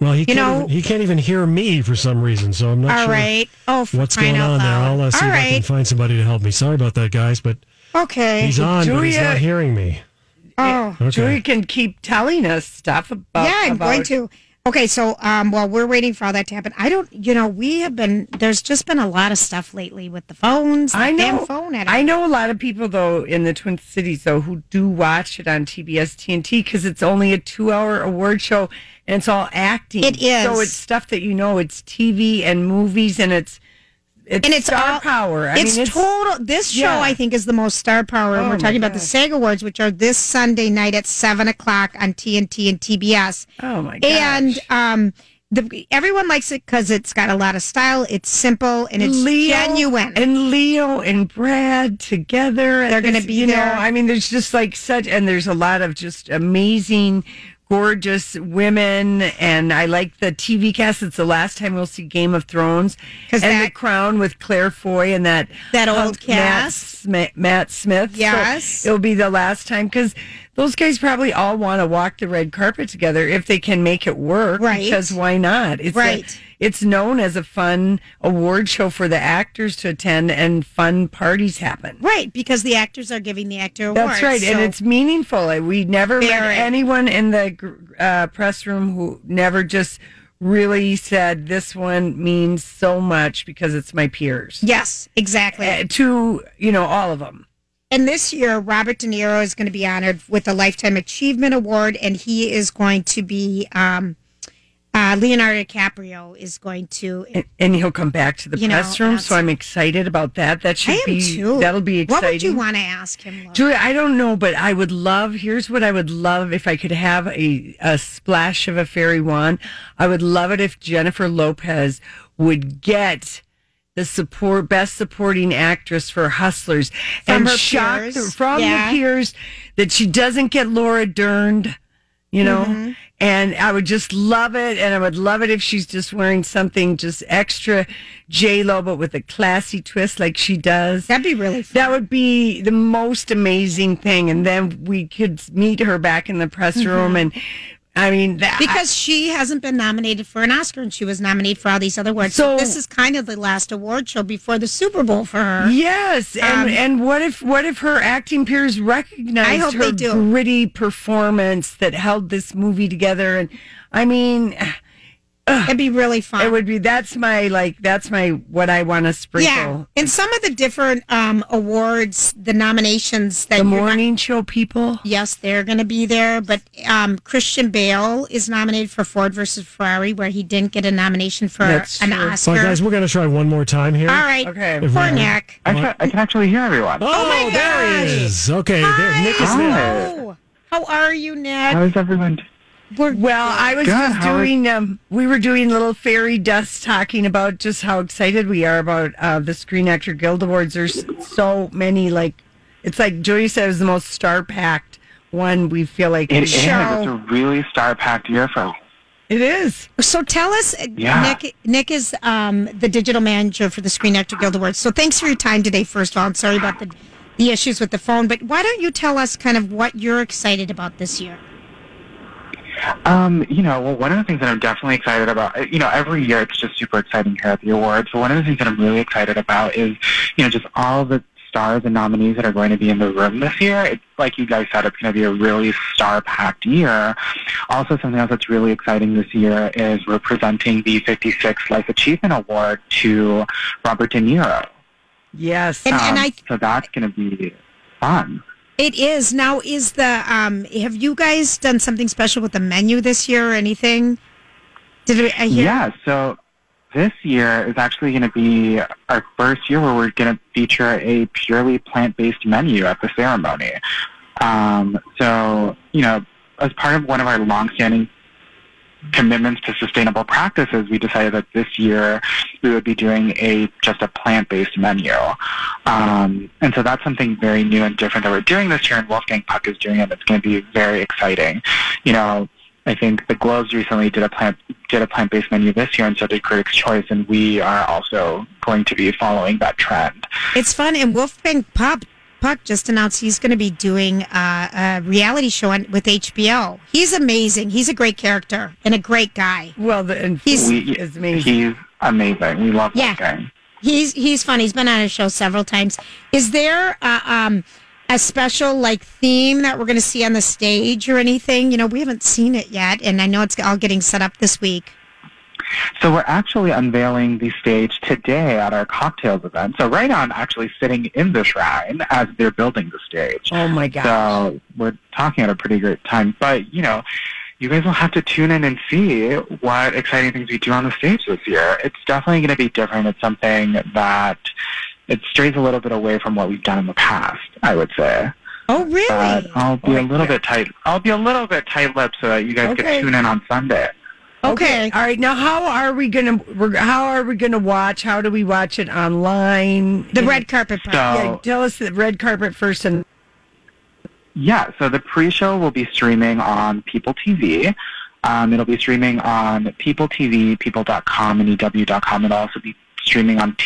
Speaker 1: Well, he
Speaker 3: You
Speaker 1: can't
Speaker 3: know-
Speaker 1: even, he can't even hear me for some reason, so I'm not
Speaker 3: All
Speaker 1: sure
Speaker 3: right. Oh, for
Speaker 1: what's
Speaker 3: crying
Speaker 1: going
Speaker 3: out
Speaker 1: on there. I'll
Speaker 3: loud.
Speaker 1: uh, see
Speaker 3: All
Speaker 1: if I can
Speaker 3: right.
Speaker 1: find somebody to help me. Sorry about that, guys, but
Speaker 3: Okay.
Speaker 1: he's on, but he's
Speaker 2: Julia-
Speaker 1: not hearing me.
Speaker 3: Oh,
Speaker 1: Okay.
Speaker 2: Julia can keep telling us stuff about.
Speaker 3: yeah, I'm
Speaker 2: about-
Speaker 3: going to. Okay, so um, while we're waiting for all that to happen, I don't, you know, we have been. There's just been a lot of stuff lately with the phones. the
Speaker 2: I
Speaker 3: damn
Speaker 2: know.
Speaker 3: phone at
Speaker 2: I know a lot of people though in the Twin Cities though who do watch it on TBS TNT because it's only a two-hour award show and it's all acting.
Speaker 3: It is.
Speaker 2: So it's stuff that you know. It's TV and movies and it's it's
Speaker 3: and it's
Speaker 2: star
Speaker 3: all,
Speaker 2: power. I
Speaker 3: it's,
Speaker 2: mean,
Speaker 3: total. This show,
Speaker 2: Yeah.
Speaker 3: I think, is the most star power. and
Speaker 2: Oh
Speaker 3: we're
Speaker 2: my
Speaker 3: talking about the
Speaker 2: gosh.
Speaker 3: SAG Awards, which are this Sunday night at seven o'clock on TNT and TBS.
Speaker 2: Oh my gosh.
Speaker 3: And um, the everyone likes it because it's got a lot of style. It's simple and it's
Speaker 2: Leo
Speaker 3: genuine.
Speaker 2: and Leo and Brad together. at
Speaker 3: They're gonna
Speaker 2: this-
Speaker 3: be
Speaker 2: you
Speaker 3: there.
Speaker 2: know. I mean, there's just like such, and there's a lot of just amazing, gorgeous women, and I like the TV cast. It's the last time we'll see Game of Thrones
Speaker 3: 'Cause
Speaker 2: and
Speaker 3: that-
Speaker 2: the Crown with Claire Foy and that
Speaker 3: That old
Speaker 2: punk
Speaker 3: cast.
Speaker 2: Matt, Smi- Matt Smith. So
Speaker 3: Yes.
Speaker 2: it'll be the last time because those guys probably all want to walk the red carpet together if they can make it work.
Speaker 3: Right.
Speaker 2: Because why not? It's a-
Speaker 3: Right.
Speaker 2: it's known as a fun award show for the actors to attend and fun parties happen.
Speaker 3: Right, because the actors are giving the actor awards.
Speaker 2: That's right, and
Speaker 3: so-
Speaker 2: it's meaningful. We never
Speaker 3: Very.
Speaker 2: met anyone in the gr- uh, press room who never just really said this one means so much because it's my peers.
Speaker 3: yes, exactly.
Speaker 2: Uh, to you know all of them.
Speaker 3: And this year, Robert De Niro is going to be honored with a Lifetime Achievement Award, and he is going to be um, uh, Leonardo DiCaprio is going to.
Speaker 2: And, and he'll come back to the
Speaker 3: You know,
Speaker 2: press room, so
Speaker 3: that's-
Speaker 2: I'm excited about that. That should
Speaker 3: I am
Speaker 2: be
Speaker 3: too.
Speaker 2: that'll be exciting.
Speaker 3: What would you want to ask him? Laura?
Speaker 2: Julia, I don't know, but I would love. Here's what I would love if I could have a, a splash of a fairy wand. I would love it if Jennifer Lopez would get the support best supporting actress for Hustlers
Speaker 3: From her
Speaker 2: shock
Speaker 3: peers.
Speaker 2: the- from
Speaker 3: Yeah.
Speaker 2: the peers that she doesn't get Laura Dern. You know,
Speaker 3: Mm-hmm.
Speaker 2: and I would just love it, and I would love it if she's just wearing something just extra J Lo, but with a classy twist like she does.
Speaker 3: That'd be really fun.
Speaker 2: That would be the most amazing thing, and then we could meet her back in the press room. And I mean, that,
Speaker 3: Mm-hmm. because she hasn't been nominated for an Oscar, and she was nominated for all these other awards. So,
Speaker 2: So-
Speaker 3: this is kind of the last award show before the Super Bowl for her.
Speaker 2: yes, and and what if what if her acting peers recognized
Speaker 3: Um, I hope
Speaker 2: her
Speaker 3: they do.
Speaker 2: gritty performance that held this movie together? And I mean,
Speaker 3: It'd be really fun.
Speaker 2: It would be. That's my like. That's my what I want to sprinkle.
Speaker 3: Yeah, and some of the different um, awards, the nominations that
Speaker 2: The
Speaker 3: you're not-
Speaker 2: morning show people.
Speaker 3: Yes, they're going to be there. But um, Christian Bale is nominated for Ford versus Ferrari, where he didn't get a nomination for
Speaker 1: That's
Speaker 3: an
Speaker 1: true.
Speaker 3: Oscar.
Speaker 1: So, guys, we're going to try one more time here.
Speaker 3: All right,
Speaker 1: If we-
Speaker 3: Horniak.
Speaker 1: I can, I can actually hear everyone. Oh,
Speaker 3: Oh my
Speaker 1: there he is. Okay, there. Nick is there. Uh,
Speaker 3: Oh, how are you, Nick?
Speaker 2: everyone? well, I was
Speaker 1: Good,
Speaker 2: just
Speaker 1: how are-
Speaker 2: doing. Um, we were doing little fairy dust talking about just how excited we are about uh, the Screen Actor Guild Awards. There's so many. Like, it's like Julia said, it was the most star packed one. We feel like
Speaker 6: It
Speaker 2: we
Speaker 6: is.
Speaker 2: show.
Speaker 6: It's a really star-packed year for
Speaker 2: It is.
Speaker 3: So tell us, uh,
Speaker 6: Yeah.
Speaker 3: Nick. Nick is um, the digital manager for the Screen Actor Guild Awards. So thanks for your time today. First of all, and sorry about the the issues with the phone, but why don't you tell us kind of what you're excited about this year?
Speaker 6: Um, you know, well, one of the things that I'm definitely excited about, uh, you know, every year it's just super exciting here at the awards. But one of the things that I'm really excited about is, you know, just all the stars and nominees that are going to be in the room this year. It's like you guys said, it's going to be a really star-packed year. Also, something else that's really exciting this year is we're presenting the 56th Life Achievement Award to Robert De Niro.
Speaker 2: Yes, Uh,
Speaker 3: And- and I-
Speaker 6: so that's going to be fun.
Speaker 3: It is now. Is the um? Have you guys done something special with the menu this year or anything? Did we- I hear?
Speaker 6: Yeah, so this year is actually going to be our first year where we're going to feature a purely plant based menu at the ceremony. Um, so, you know, as part of one of our longstanding commitments to sustainable practices, we decided that this year we would be doing a just a plant-based menu. Um, and so that's something very new and different that we're doing this year, and Wolfgang Puck is doing it. It's going to be very exciting. You know, I think the Globes recently did a plant did a plant-based menu this year, and so did Critics' Choice, and we are also going to be following that trend.
Speaker 3: It's fun. And Wolfgang Puck, Puck just announced he's going to be doing uh, a reality show on, with HBO. He's amazing. He's a great character and a great guy.
Speaker 2: Well, the, and
Speaker 3: he's
Speaker 6: we, He's amazing. We love
Speaker 3: Yeah.
Speaker 6: Wolfgang.
Speaker 3: he's he's fun. He's been on a show several times. Is there uh, um a special like theme that we're going to see on the stage or anything? You know, we haven't seen it yet, and I know it's all getting set up this week.
Speaker 6: So we're actually unveiling the stage today at our cocktails event. So right now I'm actually sitting in the shrine as they're building the stage.
Speaker 2: Oh my gosh.
Speaker 6: So we're talking at a pretty great time. But you know, you guys will have to tune in and see what exciting things we do on the stage this year. It's definitely going to be different. It's something that it strays a little bit away from what we've done in the past. I would say.
Speaker 3: Oh really?
Speaker 6: But I'll be a little bit tight. I'll be a little bit tight-lipped so that you guys
Speaker 2: Okay.
Speaker 6: can tune in on Sunday.
Speaker 2: Okay. All right. Now, how are we gonna? we're- How are we gonna watch? How do we watch it online?
Speaker 3: The red carpet.
Speaker 6: part. So-
Speaker 2: yeah, tell us the red carpet first, and
Speaker 6: Yeah, so the pre-show will be streaming on People TV. Um, it'll be streaming on People TV, People.com, and E EW.com. It'll also be streaming on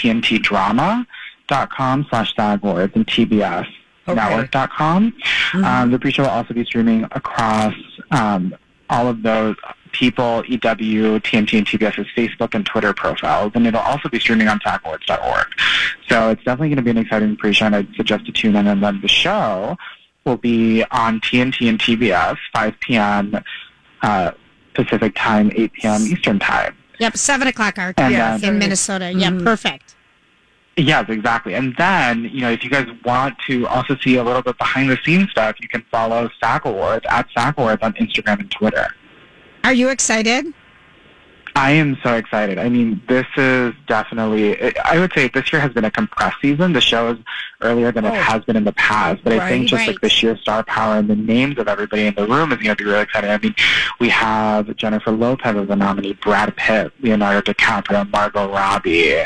Speaker 6: TNTDrama.com slash Sagwards and TBS Network.com. Um, the pre-show will also be streaming across um, all of those People, E EW, TMT, and TBS's Facebook and Twitter profiles, and it'll also be streaming on TagWords.org. So it's definitely going to be an exciting pre-show, and I'd suggest to tune in. And then the show will be on TNT and TBS, 5 p.m. Uh, Pacific time, 8 p.m. Eastern time.
Speaker 3: Yep, seven o'clock our
Speaker 6: And,
Speaker 3: yeah,
Speaker 6: uh, Mm-hmm.
Speaker 3: in Minnesota. Yeah, perfect.
Speaker 6: Yes, exactly. And then, you know, if you guys want to also see a little bit behind the scenes stuff, you can follow SAC Awards at SAC Awards on Instagram and Twitter.
Speaker 3: Are you excited?
Speaker 6: I am so excited. I mean, this is definitely, I would say this year has been a compressed season. The show is earlier than it has been in the past, but I
Speaker 12: Oh. Right.
Speaker 6: think just
Speaker 12: Right.
Speaker 6: like the sheer star power and the names of everybody in the room is going to be really exciting. I mean, we have Jennifer Lopez as a nominee, Brad Pitt, Leonardo DiCaprio, Margot Robbie,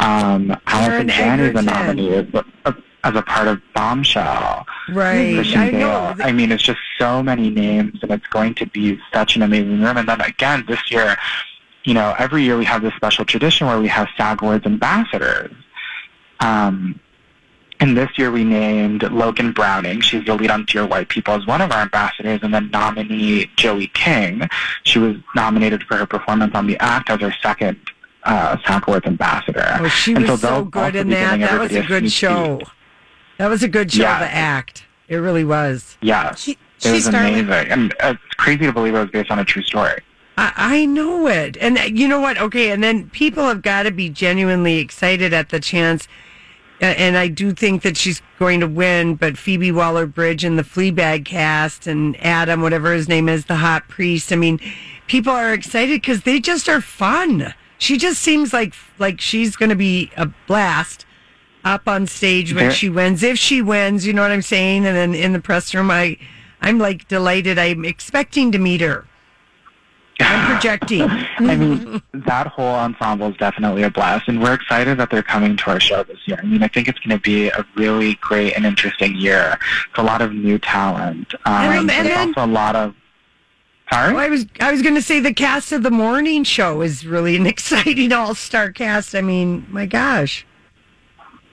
Speaker 6: um, Allison Janney is a
Speaker 2: Egerton.
Speaker 6: nominee as a, as a part of Bombshell.
Speaker 2: Right.
Speaker 6: Christian
Speaker 2: I know.
Speaker 6: Bale. I mean, it's just so many names, and it's going to be such an amazing room. And then again, this year, you know, every year we have this special tradition where we have SAG Awards ambassadors. Um, and this year we named Logan Browning. She's the lead on Dear White People as one of our ambassadors, and then nominee Joey King. She was nominated for her performance on The Act as her second uh, SAG Awards ambassador.
Speaker 2: oh, she
Speaker 6: And
Speaker 2: was
Speaker 6: they'll
Speaker 2: so
Speaker 6: also
Speaker 2: good in
Speaker 6: be
Speaker 2: that.
Speaker 6: giving
Speaker 2: That was
Speaker 6: everybody
Speaker 2: a good
Speaker 6: sneak
Speaker 2: show. That was a good show.
Speaker 6: Yeah.
Speaker 2: The act. It really was.
Speaker 6: Yeah.
Speaker 3: She,
Speaker 6: it
Speaker 2: she
Speaker 6: was
Speaker 2: started-
Speaker 6: amazing. And uh, it's crazy to believe it was based on a true story.
Speaker 2: I, I know it. And uh, you know what? Okay. And then people have got to be genuinely excited at the chance. A- And I do think that she's going to win, but Phoebe Waller Bridge and the Fleabag cast and Adam, whatever his name is, the hot priest. I mean, people are excited because they just are fun. She just seems like like she's going to be a blast up on stage when
Speaker 13: There-
Speaker 2: she wins. If she wins, you know what I'm saying. And then in the press room, I I'm like delighted. I'm expecting to meet her. I'm projecting.
Speaker 6: I mean, that whole ensemble is definitely a blast, and we're excited that they're coming to our show this year. I mean, I think it's going to be a really great and interesting year. It's a lot of new talent. Um,
Speaker 2: And- and
Speaker 6: there's
Speaker 2: then-
Speaker 6: also a lot of. Sorry?
Speaker 2: Well, I was I was going to say the cast of the morning show is really an exciting all star cast. I mean, my gosh.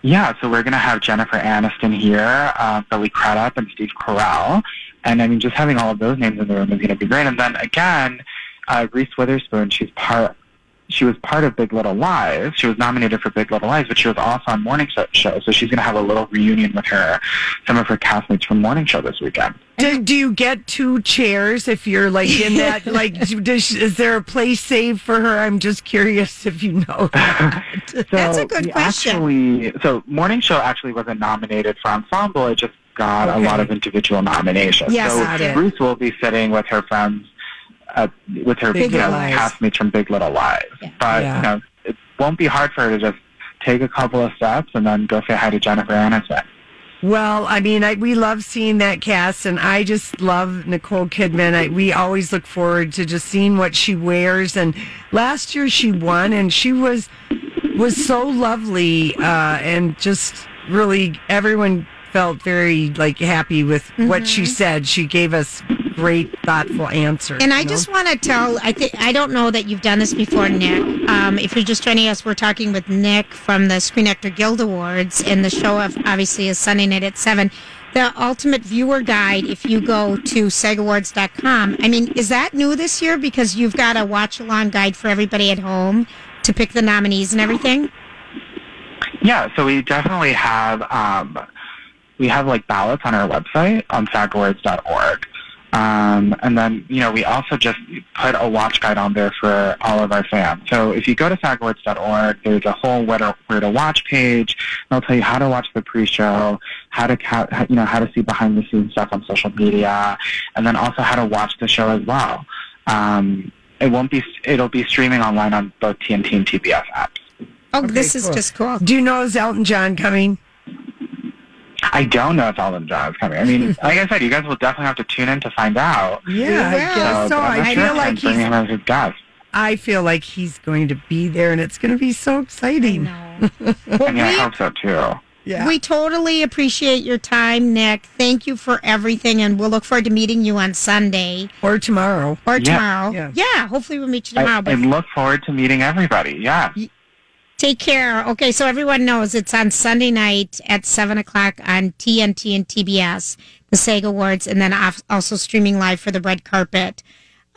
Speaker 6: Yeah, so we're going to have Jennifer Aniston here, uh, Billy Crudup, and Steve Carell. And I mean, just having all of those names in the room is going to be great. And then again, uh, Reese Witherspoon, she's part. She was part of Big Little Lies. She was nominated for Big Little Lies, but she was also on Morning Show. So she's going to have a little reunion with her, some of her castmates from Morning Show this weekend.
Speaker 2: Do, do you get two chairs if you're like in that? like, do- does, is there a place saved for her? I'm just curious if you know. that. That's a good
Speaker 6: we Actually, so Morning Show actually wasn't nominated for Ensemble. It just got a lot of individual nominations.
Speaker 2: Yes,
Speaker 6: so
Speaker 2: got it.
Speaker 6: Bruce will be sitting with her friends, uh, with her
Speaker 2: Big
Speaker 6: you know,
Speaker 2: Little Lies.
Speaker 6: castmates from Big Little Lies. But
Speaker 2: Yeah.
Speaker 6: you know, it won't be hard for her to just take a couple of steps and then go say hi to Jennifer Aniston.
Speaker 2: Well, I mean, I, we love seeing that cast, and I just love Nicole Kidman. I, we always look forward to just seeing what she wears. And last year she won, and she was was so lovely, uh, and just really everyone felt very like happy with what she
Speaker 3: Mhm.
Speaker 2: said. She gave us great, thoughtful answers.
Speaker 3: And I
Speaker 2: you know?
Speaker 3: just want to tell, I think I don't know that you've done this before, Nick. Um, if you're just joining us, we're talking with Nick from the Screen Actor Guild Awards, and the show of obviously is Sunday night at seven. The Ultimate Viewer Guide. If you go to segawards.com, I mean, is that new this year? Because you've got a watch along guide for everybody at home to pick the nominees and everything.
Speaker 6: Yeah, so we definitely have um, we have like ballots on our website on sagwords.org. Um, and then, you know, we also just put a watch guide on there for all of our fans. So if you go to sagwords.org, there's a whole where to, where to watch page. They'll tell you how to watch the pre-show, how to, ca- how, you know, how to see behind the scenes stuff on social media, and then also how to watch the show as well. Um, it won't be, it'll be streaming online on both TNT and TBS apps.
Speaker 3: Oh, this is just cool.
Speaker 2: Do you know is Elton John coming?
Speaker 6: I don't know if Elton John is coming. I mean, like I said, you guys will definitely have to tune in to find out.
Speaker 2: Yeah, I guess so.
Speaker 6: but I'm
Speaker 2: I
Speaker 6: not sure
Speaker 2: feel
Speaker 6: if
Speaker 2: like
Speaker 6: I'm bringing
Speaker 2: he's-
Speaker 6: him as a guest.
Speaker 2: I feel like he's going to be there, and it's going to be so exciting.
Speaker 6: I mean, I hope so too.
Speaker 3: We totally appreciate your time, Nick. Thank you for everything, and we'll look forward to meeting you on Sunday
Speaker 2: or tomorrow.
Speaker 3: Or
Speaker 6: Yeah.
Speaker 3: tomorrow.
Speaker 6: Yeah.
Speaker 3: Yeah. hopefully we'll meet you
Speaker 6: I,
Speaker 3: tomorrow.
Speaker 6: I
Speaker 3: but
Speaker 6: look forward to meeting everybody. Yeah.
Speaker 3: take care. Okay, so everyone knows it's on Sunday night at seven o'clock on TNT and TBS, the SAG Awards, and then off- also streaming live for the red carpet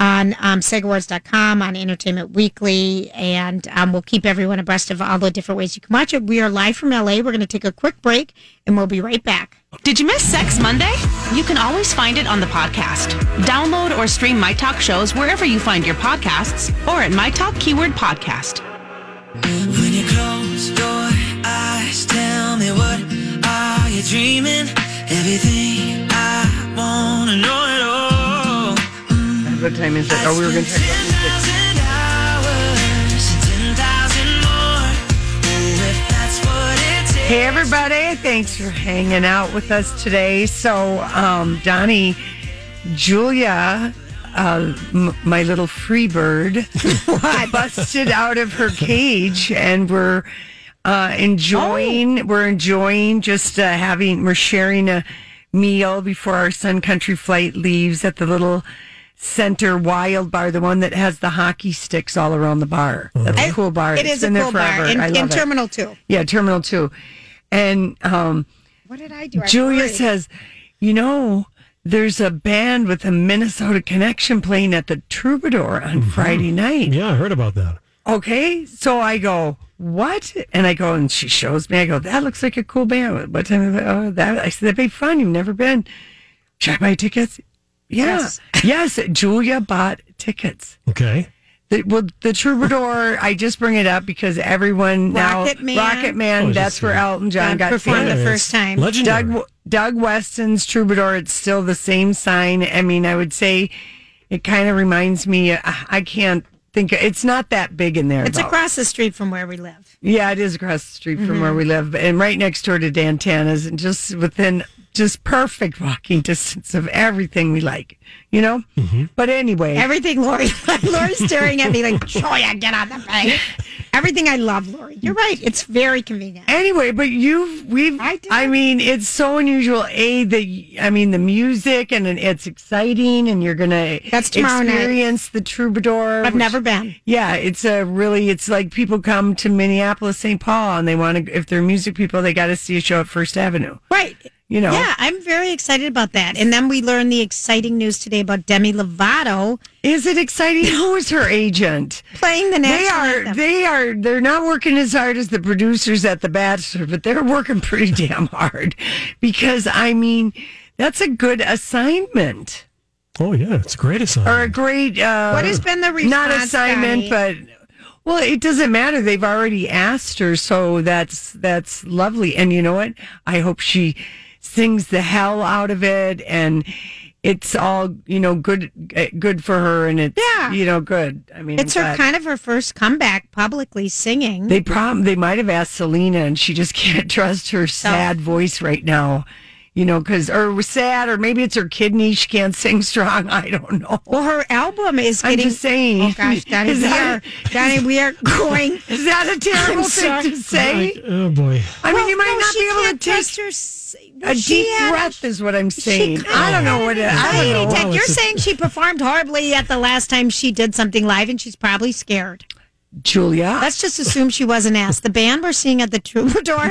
Speaker 3: on um, SAGAwards.com on Entertainment Weekly, and um, we'll keep everyone abreast of all the different ways you can watch it. We are live from LA. We're going to take a quick break, and we'll be right back.
Speaker 4: Did you miss Sex Monday? You can always find it on the podcast. Download or stream My Talk shows wherever you find your podcasts or at My Talk Keyword Podcast.
Speaker 5: When you close your eyes, tell me what are you dreaming? Everything I wanna know at all.
Speaker 2: What time is it? Oh, we were going to talk about music.
Speaker 5: Ten hours, ten thousand more. Oh, if that's what it takes.
Speaker 2: Hey everybody, thanks for hanging out with us today. So, um, Donnie, Julia, uh, m- my little free bird, busted out of her cage, and we're uh, enjoying.
Speaker 3: Oh.
Speaker 2: We're enjoying just uh, having. We're sharing a meal before our Sun Country flight leaves at the little center wild bar, the one that has the hockey sticks all around the bar. That's a cool bar.
Speaker 3: Mm-hmm. It
Speaker 2: It's
Speaker 3: is a
Speaker 2: been there
Speaker 3: cool bar
Speaker 2: forever.
Speaker 3: in,
Speaker 2: I
Speaker 3: in
Speaker 2: love it.
Speaker 3: Terminal Two.
Speaker 2: Yeah, Terminal 2. And um,
Speaker 3: What did I do? I
Speaker 2: Julia
Speaker 3: worried.
Speaker 2: says, you know, there's a band with a Minnesota connection playing at the Troubadour on
Speaker 3: Mm-hmm.
Speaker 2: Friday night.
Speaker 1: Yeah, I heard about that.
Speaker 2: Okay. So I go, what? And I go, and she shows me. I go, that looks like a cool band. What time? Is it? Oh, that. I said, that'd be fun. You've never been. Should I buy tickets? Yeah. Yes. Julia bought tickets.
Speaker 1: Okay.
Speaker 2: The, well, the troubadour. I just bring it up because everyone
Speaker 3: Rocket
Speaker 2: now
Speaker 3: Man.
Speaker 2: Rocket Man.
Speaker 3: Oh, is
Speaker 2: that's
Speaker 3: this
Speaker 2: where
Speaker 3: the-
Speaker 2: Elton John
Speaker 3: That
Speaker 2: got
Speaker 3: performed the
Speaker 2: famous.
Speaker 3: first time. Legendary.
Speaker 2: Doug Doug Weston's troubadour. It's still the same sign. I mean, I would say it kind of reminds me. I, I can't think. It's not that big in there.
Speaker 3: It's
Speaker 2: though.
Speaker 3: across the street from where we live.
Speaker 2: Yeah, it is across the street from
Speaker 3: Mhm.
Speaker 2: where we live, and right next door to Dantana's, and just within just perfect walking distance of everything we like, you know. But anyway,
Speaker 3: Everything Lori, Lori's staring at me like, Joya, get on the bike. Everything I love, Lori. You're right. It's very convenient.
Speaker 2: Anyway, but you've we've I, mean it's so unusual. A the I mean the music and it's exciting, and you're gonna
Speaker 3: That's tomorrow night.
Speaker 2: experience the troubadour.
Speaker 3: I've never been.
Speaker 2: Yeah, it's a really it's like people come to Minneapolis, St. Paul, and they want to if they're music people, they got to see a show at First Avenue.
Speaker 3: Right.
Speaker 2: You know.
Speaker 3: Yeah, I'm very excited about that. And then we learned the exciting news today about Demi Lovato.
Speaker 2: Is it exciting? Who is her agent?
Speaker 3: Playing the
Speaker 2: They
Speaker 3: national
Speaker 2: are
Speaker 3: anthem.
Speaker 2: they are they're not working as hard as the producers at The Bachelor, but they're working pretty damn hard because I mean that's a good assignment
Speaker 1: Oh yeah, it's a great assignment.
Speaker 2: or a great. Uh,
Speaker 3: What has been the
Speaker 2: Not
Speaker 3: response, Donnie?
Speaker 2: assignment, but well, it doesn't matter. They've already asked her, so that's that's lovely. And you know what? I hope she sings the hell out of it, and it's all you know good eh, good for her, and it's
Speaker 3: Yeah.
Speaker 2: you know good. I mean,
Speaker 3: it's her
Speaker 2: but
Speaker 3: kind of her first comeback publicly singing.
Speaker 2: They prom they might have asked Selena, and she just can't trust her sad voice right now. You know, because or sad, or maybe it's her kidney. She can't sing strong. I don't know.
Speaker 3: Well, her album is getting.
Speaker 2: I'm just saying.
Speaker 3: Oh gosh, Donnie,
Speaker 2: Is
Speaker 3: we
Speaker 2: that-
Speaker 3: are Donnie, we are going.
Speaker 2: Is that a terrible thing to say?
Speaker 1: Oh boy.
Speaker 2: I mean, you might not be able to take a
Speaker 3: she
Speaker 2: deep
Speaker 3: had-
Speaker 2: breath, is what I'm saying.
Speaker 3: kinda
Speaker 2: I don't know what it, I
Speaker 3: Lady
Speaker 2: don't know.
Speaker 3: Tech, you're saying she performed horribly at the last time she did something live, and she's probably scared.
Speaker 2: Julia.
Speaker 3: Let's just assume she wasn't asked. The band we're seeing at the Troubadour,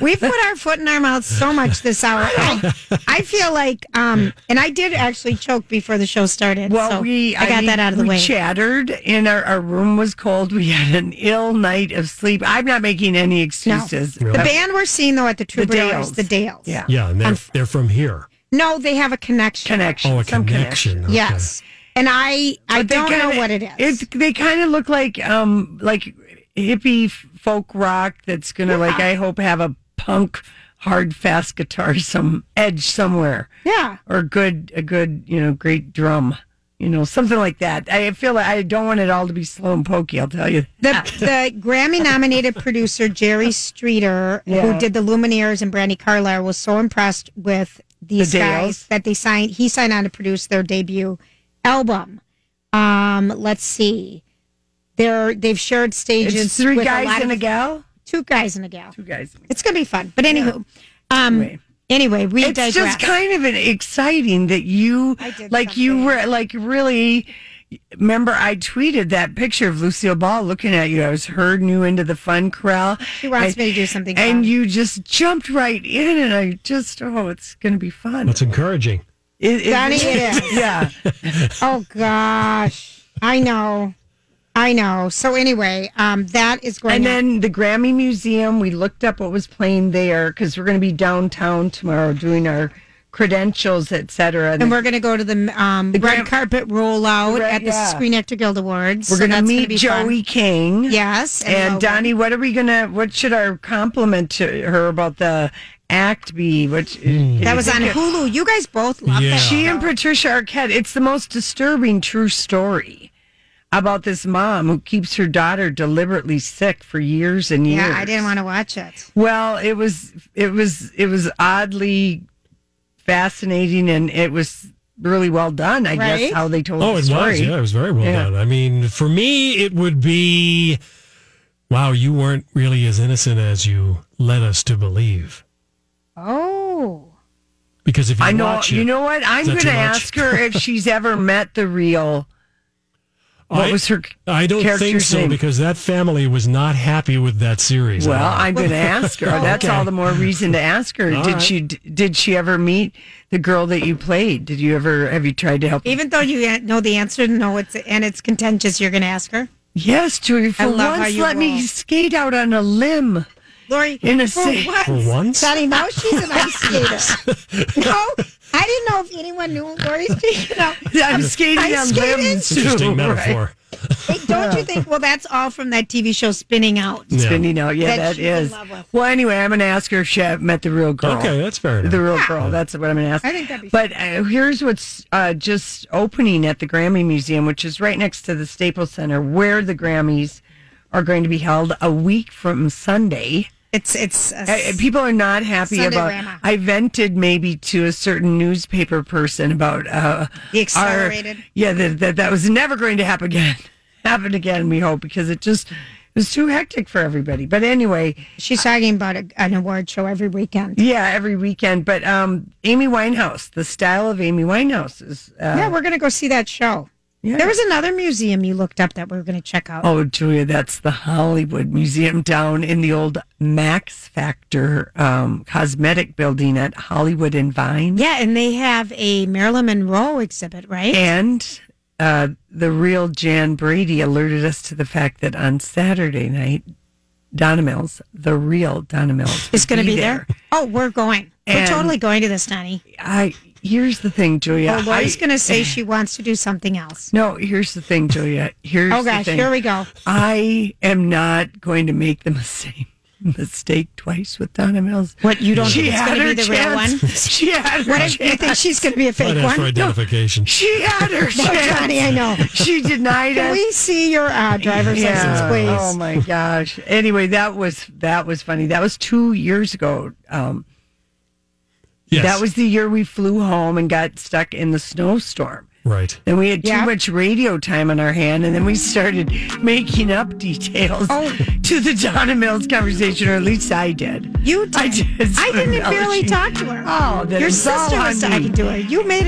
Speaker 3: we've put our foot in our mouth so much this hour. I, I feel like, um, and I did actually choke before the show started.
Speaker 2: Well,
Speaker 3: so
Speaker 2: we
Speaker 3: I got
Speaker 2: mean,
Speaker 3: that out of the
Speaker 2: we
Speaker 3: way.
Speaker 2: chattered, and our, our room was cold. We had an ill night of sleep. I'm not making any
Speaker 3: No.
Speaker 2: excuses.
Speaker 3: The band we're seeing though at the
Speaker 2: The
Speaker 3: Troubadour
Speaker 2: Dales.
Speaker 3: is the Dales.
Speaker 2: Yeah.
Speaker 1: Yeah, and they're, they're from here.
Speaker 3: No, they have a connection.
Speaker 2: Connection.
Speaker 1: Oh, a connection. okay.
Speaker 3: Yes. And I, I
Speaker 2: But they
Speaker 3: don't
Speaker 2: kinda-
Speaker 3: know what it is.
Speaker 2: It, they kind of look like um like hippie folk rock that's gonna like I hope have a punk hard fast guitar some edge somewhere.
Speaker 3: Yeah.
Speaker 2: Or good a good you know great drum you know something like that. I feel like I don't want it all to be slow and pokey. I'll tell you.
Speaker 3: the, the Grammy nominated producer Jerry Streeter,
Speaker 2: Yeah.
Speaker 3: who did the Lumineers and Brandy Carlisle, was so impressed with these
Speaker 2: The Dales.
Speaker 3: guys that they signed. He signed on to produce their debut album. Um, let's see, they're they've shared stages.
Speaker 2: It's three
Speaker 3: with
Speaker 2: guys
Speaker 3: lot
Speaker 2: and
Speaker 3: of-
Speaker 2: a gal.
Speaker 3: two guys and a gal.
Speaker 2: Two guys.
Speaker 3: It's gonna be fun. But anywho, um, anyway, we
Speaker 2: it's
Speaker 3: digress.
Speaker 2: just kind of an exciting that you like you were like really remember i tweeted that picture of lucille ball looking at you i was her new into the fun corral
Speaker 3: She wants
Speaker 2: And-
Speaker 3: me to do something
Speaker 2: and
Speaker 3: fun.
Speaker 2: you just jumped right in and i just oh it's gonna be fun
Speaker 1: That's encouraging.
Speaker 2: it,
Speaker 3: Donnie, it is.
Speaker 2: yeah
Speaker 3: oh gosh, I know, I know. So anyway, um, that is going.
Speaker 2: and
Speaker 3: on.
Speaker 2: then the grammy museum we looked up what was playing there because we're gonna be downtown tomorrow doing our credentials etc
Speaker 3: And we're going to go to the um, red carpet rollout
Speaker 2: Right,
Speaker 3: at the
Speaker 2: yeah.
Speaker 3: Screen Actor Guild Awards.
Speaker 2: We're
Speaker 3: So
Speaker 2: gonna
Speaker 3: that's
Speaker 2: meet
Speaker 3: be fun.
Speaker 2: Joey King.
Speaker 3: Yes, and
Speaker 2: and,
Speaker 3: Logan.
Speaker 2: Donnie. What are we gonna? What should our compliment to her about the act be? Which
Speaker 3: That was on Hulu. You guys both love
Speaker 1: Yeah.
Speaker 3: that.
Speaker 2: She and Patricia Arquette. It's the most disturbing true story about this mom who keeps her daughter deliberately sick for years and years.
Speaker 3: yeah, I didn't want to watch it.
Speaker 2: Well, it was it was it was oddly fascinating, and it was really well done. I guess
Speaker 3: Right?
Speaker 2: how they told
Speaker 1: Oh,
Speaker 2: the
Speaker 1: it
Speaker 2: story.
Speaker 1: was. Yeah, it was very well
Speaker 2: Yeah.
Speaker 1: done. I mean, for me, it would be wow, you weren't really as innocent as you led us to believe.
Speaker 3: Oh.
Speaker 1: Because if you
Speaker 2: I know.
Speaker 1: watch it,
Speaker 2: you know what? I'm
Speaker 1: is that
Speaker 2: going
Speaker 1: too
Speaker 2: to
Speaker 1: much?
Speaker 2: ask her if she's ever met the real. What
Speaker 1: I-
Speaker 2: was her?
Speaker 1: I don't think
Speaker 2: character's
Speaker 1: so
Speaker 2: name?
Speaker 1: because that family was not happy with that series. Ah. at
Speaker 2: Well,
Speaker 1: all.
Speaker 2: I'm going to ask her. That's
Speaker 1: Okay.
Speaker 2: all the more reason to ask her.
Speaker 1: All
Speaker 2: did
Speaker 1: right.
Speaker 2: she? Did she ever meet the girl that you played? Did you ever? Have you tried to help?
Speaker 3: Even though you know the answer, no, it's and it's contentious. You're going to ask her.
Speaker 2: Yes, Julie. For
Speaker 3: I love how
Speaker 2: once,
Speaker 3: you
Speaker 2: let me
Speaker 3: roll.
Speaker 2: skate out on a limb.
Speaker 3: Lori,
Speaker 2: In a
Speaker 3: for
Speaker 2: city.
Speaker 3: once,
Speaker 2: For once?
Speaker 3: Johnny, now she's an ice skater. no, I didn't know if anyone knew Lori's speaking out.
Speaker 2: I'm skating on limbs, too,
Speaker 1: Interesting metaphor.
Speaker 3: Hey, don't you think? Well, that's all from that TV show Spinning Out.
Speaker 2: Yeah. Spinning Out,
Speaker 3: that
Speaker 2: yeah, that
Speaker 3: she's in
Speaker 2: is. Well, anyway, I'm going to ask her if she met the real girl.
Speaker 1: Okay, that's fair enough.
Speaker 2: The real girl. That's what I'm going to ask.
Speaker 3: I think that'd be
Speaker 2: But uh, here's what's uh, just opening at the Grammy Museum, which is right next to the Staples Center, where the Grammys are going to be held a week from Sunday.
Speaker 3: It's it's uh,
Speaker 2: people are not happy
Speaker 3: Sunday
Speaker 2: about.
Speaker 3: Grandma.
Speaker 2: I vented maybe to a certain newspaper person about uh,
Speaker 3: The
Speaker 2: our-
Speaker 3: accelerated.
Speaker 2: yeah, that, that that was never going to happen again. happen again, we hope, because it just it was too hectic for everybody. But anyway,
Speaker 3: she's talking about a, an award show every weekend.
Speaker 2: Yeah, every weekend. But um, Amy Winehouse, the style of Amy Winehouse is. Uh,
Speaker 3: yeah, we're gonna go see that show.
Speaker 2: Yeah.
Speaker 3: There was another museum you looked up that we were gonna check out.
Speaker 2: Oh, Julia, that's the Hollywood Museum down in the old Max Factor um, cosmetic building at Hollywood and Vine.
Speaker 3: Yeah, and they have a Marilyn Monroe exhibit, right?
Speaker 2: And uh, the real Jan Brady alerted us to the fact that on Saturday night, Donna Mills, the real Donna Mills,
Speaker 3: It's
Speaker 2: will
Speaker 3: going to be, there. Oh, we're going.
Speaker 2: And-
Speaker 3: we're totally going to this, Donnie.
Speaker 2: I here's the thing, Julia.
Speaker 3: oh, Lori's
Speaker 2: I-
Speaker 3: going to say she wants to do something else.
Speaker 2: No, here's the thing, Julia. Here's
Speaker 3: oh
Speaker 2: the
Speaker 3: gosh,
Speaker 2: thing.
Speaker 3: here we go.
Speaker 2: I am not going to make the mistake mistake twice with Donna Mills.
Speaker 3: What you don't
Speaker 2: She
Speaker 3: think it's
Speaker 2: had
Speaker 3: gonna be
Speaker 2: her
Speaker 3: the real
Speaker 2: chance.
Speaker 3: one?
Speaker 2: She had her
Speaker 3: What if you think
Speaker 2: chance.
Speaker 3: she's going to be a fake
Speaker 1: I'd ask for
Speaker 3: one?
Speaker 1: identification.
Speaker 2: She had her
Speaker 3: No,
Speaker 2: chance.
Speaker 3: Johnny, I know.
Speaker 2: She denied
Speaker 3: Can
Speaker 2: us.
Speaker 3: we see your uh, driver's license, please?
Speaker 2: Oh my gosh. Anyway, that was that was funny. That was two years ago. Um,
Speaker 1: Yes.
Speaker 2: That was the year we flew home and got stuck in the snowstorm.
Speaker 1: Right.
Speaker 2: And we had too
Speaker 3: Yeah.
Speaker 2: much radio time on our hand, and then we started making up details
Speaker 3: Oh.
Speaker 2: to the Donna Mills conversation, or at least I did.
Speaker 3: You did.
Speaker 2: I did.
Speaker 3: I didn't
Speaker 2: No,
Speaker 3: barely
Speaker 2: she-
Speaker 3: talk to her.
Speaker 2: Oh, that
Speaker 3: your
Speaker 2: is all
Speaker 3: sister was
Speaker 2: on me.
Speaker 3: talking to her. You made